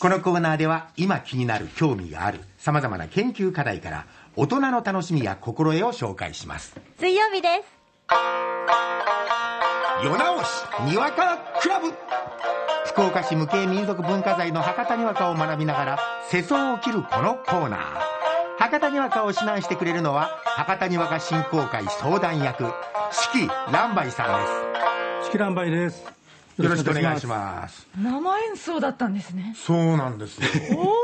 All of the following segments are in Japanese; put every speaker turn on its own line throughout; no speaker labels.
このコーナーでは今気になる興味がある様々な研究課題から大人の楽しみや心得を紹介します
水曜日です
夜直しにわかクラブ福岡市無形民俗文化財の博多にわかを学びながら世相を切るこのコーナー博多にわかを指南してくれるのは博多にわか振興会相談役四季蘭梅さんです
式乱梅です。
よろしくお願いします
生演奏だったんですね
そうなんですよ、
おお
は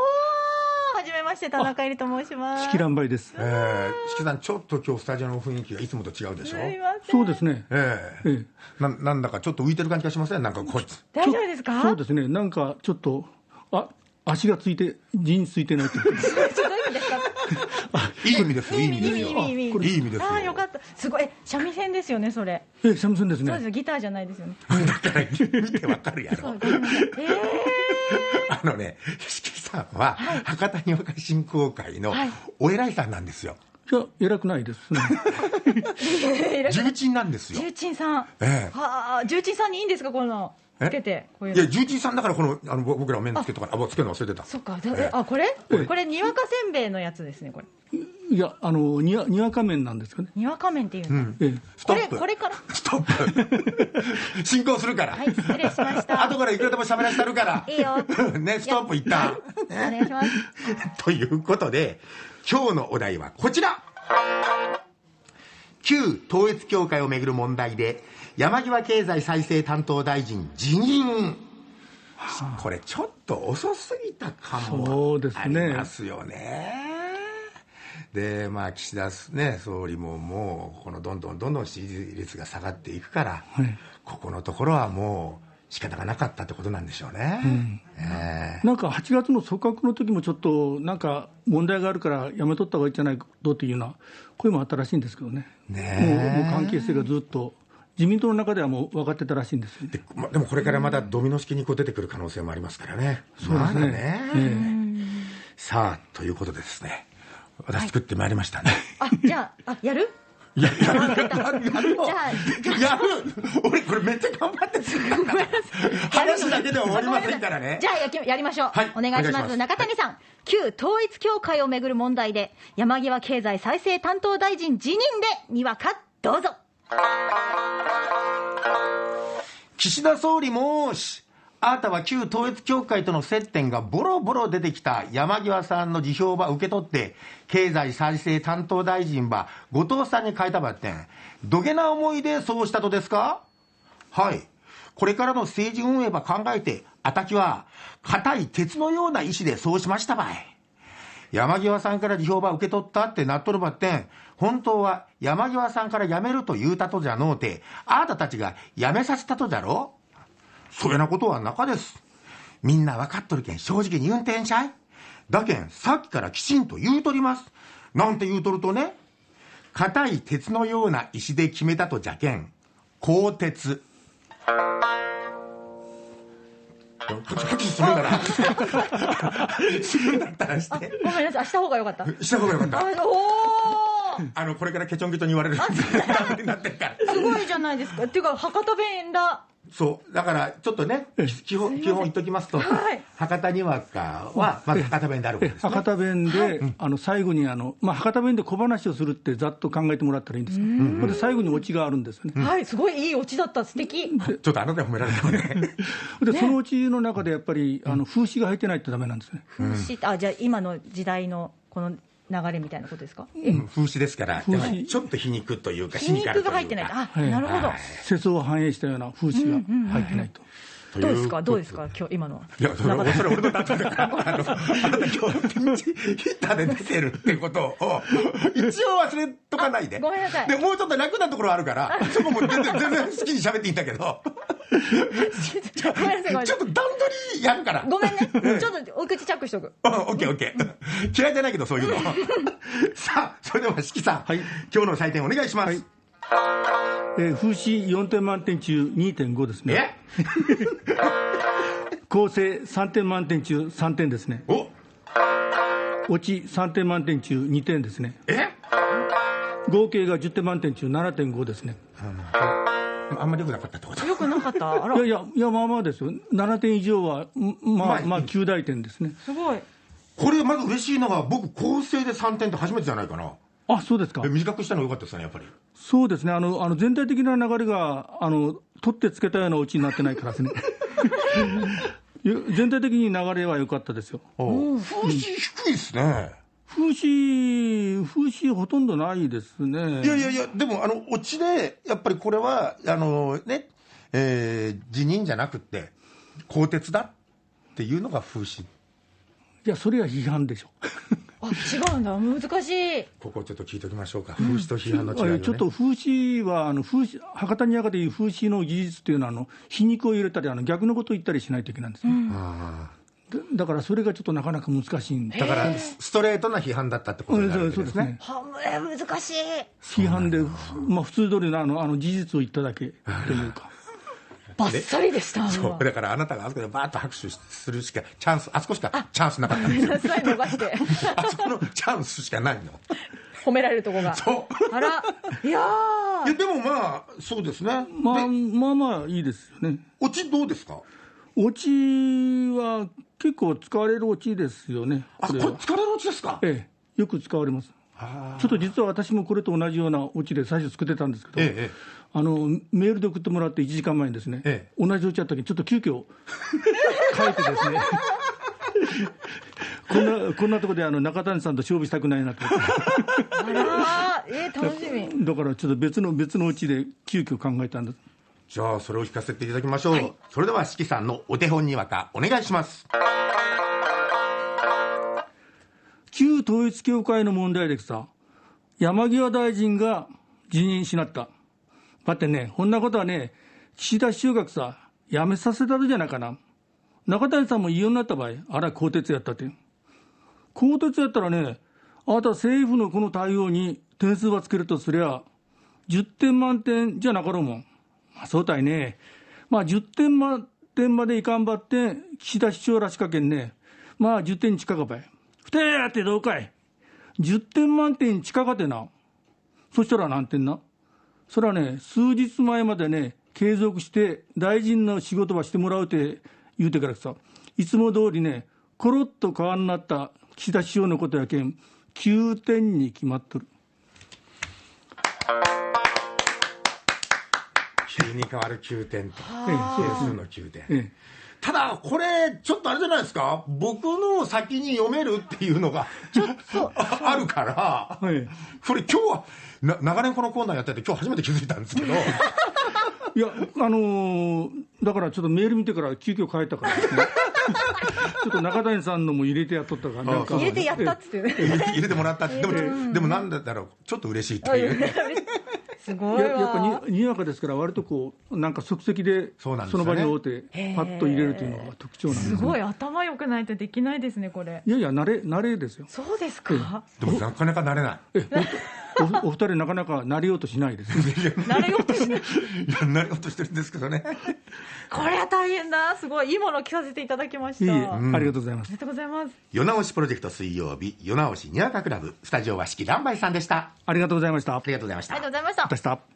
じめまして田中絵里と申しますす
式乱梅です
え。ー、四季さんちょっと今日スタジオの雰囲気がいつもと違うでしょ
すいません
そうですね。
ええ
ええ、
ななんだかちょっと浮いてる感じがしませんなんかこっち
大丈夫ですか
そうですね。なんかちょっとあ足がついて陣ついてないってことです。
いい意味ですよいい意味ですよ
いい意味いい意味
いい意味ですよ
ああよかったすごいえ三味線ですよねそれ
ええ、サムソンで
そ
す
うです
ね。
よギターじゃないですよね
だから見てわかるや
そ
ろ
うごめんなさいえ
あのね、しきさんは、博多にわか振興会の
はい
お偉いさんなんですよ。
いや偉くないですね。
え
重鎮なんですよ。
重鎮さん、
ええ
はあ重鎮さんにいいんですかこんなの
え
つけてこういう
い
の
や、重鎮さんだから、この、あの、ぼ僕らは面つけとか、あ、ぼつけるの忘れてた。
そっかだ
ええ
あこれ
ええ
これにわかせんべいのやつですねこれ
いやあのにわにわか面なんですかね。
にわか麺っていうんだ、
え
スト
これ
ップ。
これから
ストップ。 進行するから。
はい失礼しました
後からいくらでも喋らせたるから。
いいよ
ね、ストップいった。
お願いします
ということで、今日のお題はこちら旧統一教会をめぐる問題で、山際経済再生担当大臣辞任。これちょっと遅すぎたか
そ
も
うですね
ありますよね。でまあ、岸田、ね、総理ももうこのどんどんどんどん支持率が下がっていくから、
はい
ここのところはもう仕方がなかったってことなんでしょうね。ええ
え、なんか8月の組閣の時もちょっとなんか問題があるからやめとった方がいいんじゃないかどうというような声もあったらしいんですけどね。
ね
もうも
え
う関係性がずっと自民党の中ではもう分かってたらしいんですよね。
で,、ま、でもこれからまだドミノ式にこう出てくる可能性もありますからね。そう
ですね
さあ、ということでですね、私作ってまいりましたね。
あじゃああやる
い、や、やる、やる、やるよ
じゃ
やる俺これめっちゃ頑張って作ったから話だけでは終わりませんからね
じ。ゃあやきやりましょう、
はい
お願いし
お
ま
願いし
す
ます
中谷さん、旧統一教会をめぐる問題で山際経済再生担当大臣辞任でにわかどうぞ
岸田総理もし、あなたは旧統一教会との接点がボロボロ出てきた山際さんの辞表ば受け取って、経済再生担当大臣ば後藤さんに変えたばってん、どげな思いでそうしたとですかはい。これからの政治運営ば考えて、あたきは、固い鉄のような意志でそうしましたばい。山際さんから辞表ば受け取ったってなっとるばってん、本当は山際さんから辞めると言うたとじゃのうて、あなたたちが辞めさせたとじゃろそげなことはなかです。みんな分かっとるけん正直に言うんてんしゃい。だけんさっきからきちんと言うとります。なんて言うとるとね、硬い鉄のような石で決めたとじゃけん、鋼鉄。カチカチするなら、するんだったらし
あ
て。
ごめんなさいあした方がよかった あ
した方がよかった。
おー
あの、これからケチョンケチョンに言われる。ダメになってるから。
すごいじゃないですかっていうか博多弁だ
そう。だから、ちょっとね、基本、基本言っときますと、
はい
博多にわかは、まず博多弁であること
え
ですね。
博多弁で、あの最後にあの、まあ、博多弁で小話をするってざっと考えてもらったらいいんですけど、これで最後にオチがあるんですよね。
はいすごいいいオチだった素敵
ちょっとあなたに褒められたわね。
で、そのオチの中でやっぱりあの風刺が入ってないとダメなんですね。
風刺あじゃあ今の時代のこの流れみたいなことですか
うん風刺ですから、
刺
やっぱりちょっと皮肉というか、
皮肉が入ってない
シニカル
あ
い
なるほど
はい
世相を反映したような風刺が入ってないと。
という
ど
か
うですかどうです
と
か今日今のはい
や、それは、それ俺の担当だから、あの、あなた今日ピンチヒッターで出てるってことを、一応忘れとかないで。
あごめんなさい
で、もうちょっと楽なところあるから、そこもう全然、全然好きに喋っていいんだけど、
ごめんなさいごめん な
ち
さ
ょっと段
い
取りやるから。
ごめんねちょっとお口チャックし とく
うんオッケーオッケー。嫌いじゃないけど、そういうの。 さあ、それでは、しきさん、
はい
今日の採点お願いします。
はいえー風刺4点満点中2.5ですね。
え
構成3点満点中3点ですね。
お
オチ3点満点中2点ですね。
え
合計が10点満点中7.5ですね。
あんまり良くなかったってこと
よくなかったあら
いやいや、いやまあまあですよ、7点以上は、んま
まあ
あ、まあ、9大点ですね。
すごい
これまず嬉しいのが僕構成で3点って初めてじゃないかな
あそうですか
え、短くしたのが良かったですねやっぱり
そうですね、あのあの全体的な流れがあの、取ってつけたようなうちになってないからで すね、ゆ全体的に流れは良かったですよ、
お風刺低いですね、
風刺、風刺、ほとんどないですね。
いやいやいやでもあのオチでやっぱりこれはあのね、えー辞任じゃなくって更迭だっていうのが風刺
いやそれは批判でしょ、
あ違うんだ難しい
ここちょっと聞いておきましょうか風刺と批判の違いを、
あ
ね、
のちょっと風刺はあの風刺、博多にやかでいう風刺の技術というのはあの、皮肉を入れたりあの、逆のことを言ったりしないといけないんですね、
あ
だだからそれがちょっとなかなか難しいん
ー
で、
だからストレートな批判だったってこと
う
に
ん
なる
そ
わ
う
け
そう
で
ですす
ね
ね、
はえー難しい
批判で、まあ、普通通りのあのあの事実を言っただけとい うか。
バッサリでした
そうだからあなたがあそこでバーッと拍手するしかチャンスあそこしかチャンスなかったんですよ
バッサリ伸ばして
あそこのチャンスしかないの
褒められるとこが
そう
あらいや
いやでもまあそうですね、
まあ、
で
まあまあいいですよね。
オチどうですか
オチは結構使われるオチですよね。
あこれ
は
疲れるオチですか
ええ、よく使われます。
あ
ちょっと実は私もこれと同じようなオチで最初作ってたんですけど、
ええええ
あのメールで送ってもらって1時間前にですね、
え
同じオチあった時にちょっと急遽 書いてですね。 こんなこんなとこであの中谷さんと勝負したくないなと思って
ーあらーえー、楽しみ
だからちょっと別の別のオチで急遽考えたんです
じゃあそれを聞かせていただきましょう、それでは四季さんのお手本にわかお願いします
旧統一教会の問題でさ、山際大臣が辞任しなった。だってね、こんなことはね、岸田首相がさ、辞めさせたるじゃないかな。中谷さんも異様になった場合、あら、更迭やったって。更迭やったらね、あなた政府のこの対応に点数ばつけるとすりゃ、10点満点じゃなかろうもん。まあ、そうたいね。まあ、10点満点までいかんばって、岸田首相らしかけんね。まあ、10点に近かばい。ふてやってどうかい。10点満点に近かてな。そしたら何点な。そらね、数日前までね、継続して大臣の仕事ばしてもらうて言うてからさ、いつも通りね、コロッと変わんなった岸田首相のことやけん、9点に決まっとる。
急に変わる9点と
ええ
係数の9点、
ええ
ただこれちょっとあれじゃないですか僕の先に読めるっていうのがちょっと あるから、
はい
これ今日はな長年このコーナーやってて今日初めて気づいたんですけど
いや、あのーだからちょっとメール見てから急遽変えたから ですね。ちょっと中谷さんのも入れてやっとったから、なんか。
入れてやったっつってね
入れ入れてもらったってでもでもなんだろうちょっと嬉しいという
すご
い
い
や
わ
やっぱににわかですから、割とこう、なんか即席で、
そ
そう
なんですよね
の場に応て、パッと入れるというのが特徴なんです
すごい頭良くないとできないですねこれ
いやいや、慣れ、慣れですよ。
そうですか
でもなかなか慣れない
え、おおお二人、なかなか慣れようとし ないです。
慣れようとしない
いや慣れようとしてるんですけどね
これは大変だすごいいいものを着させていただきました
いえいえ、
あ
ありがとうございます
り。がとうございます
夜直しプロジェクト水曜日夜直しにわかクラブスタジオは四季乱梅さんでした
ありがとうございました。
ありがとうございました
ありがとうございました
ました。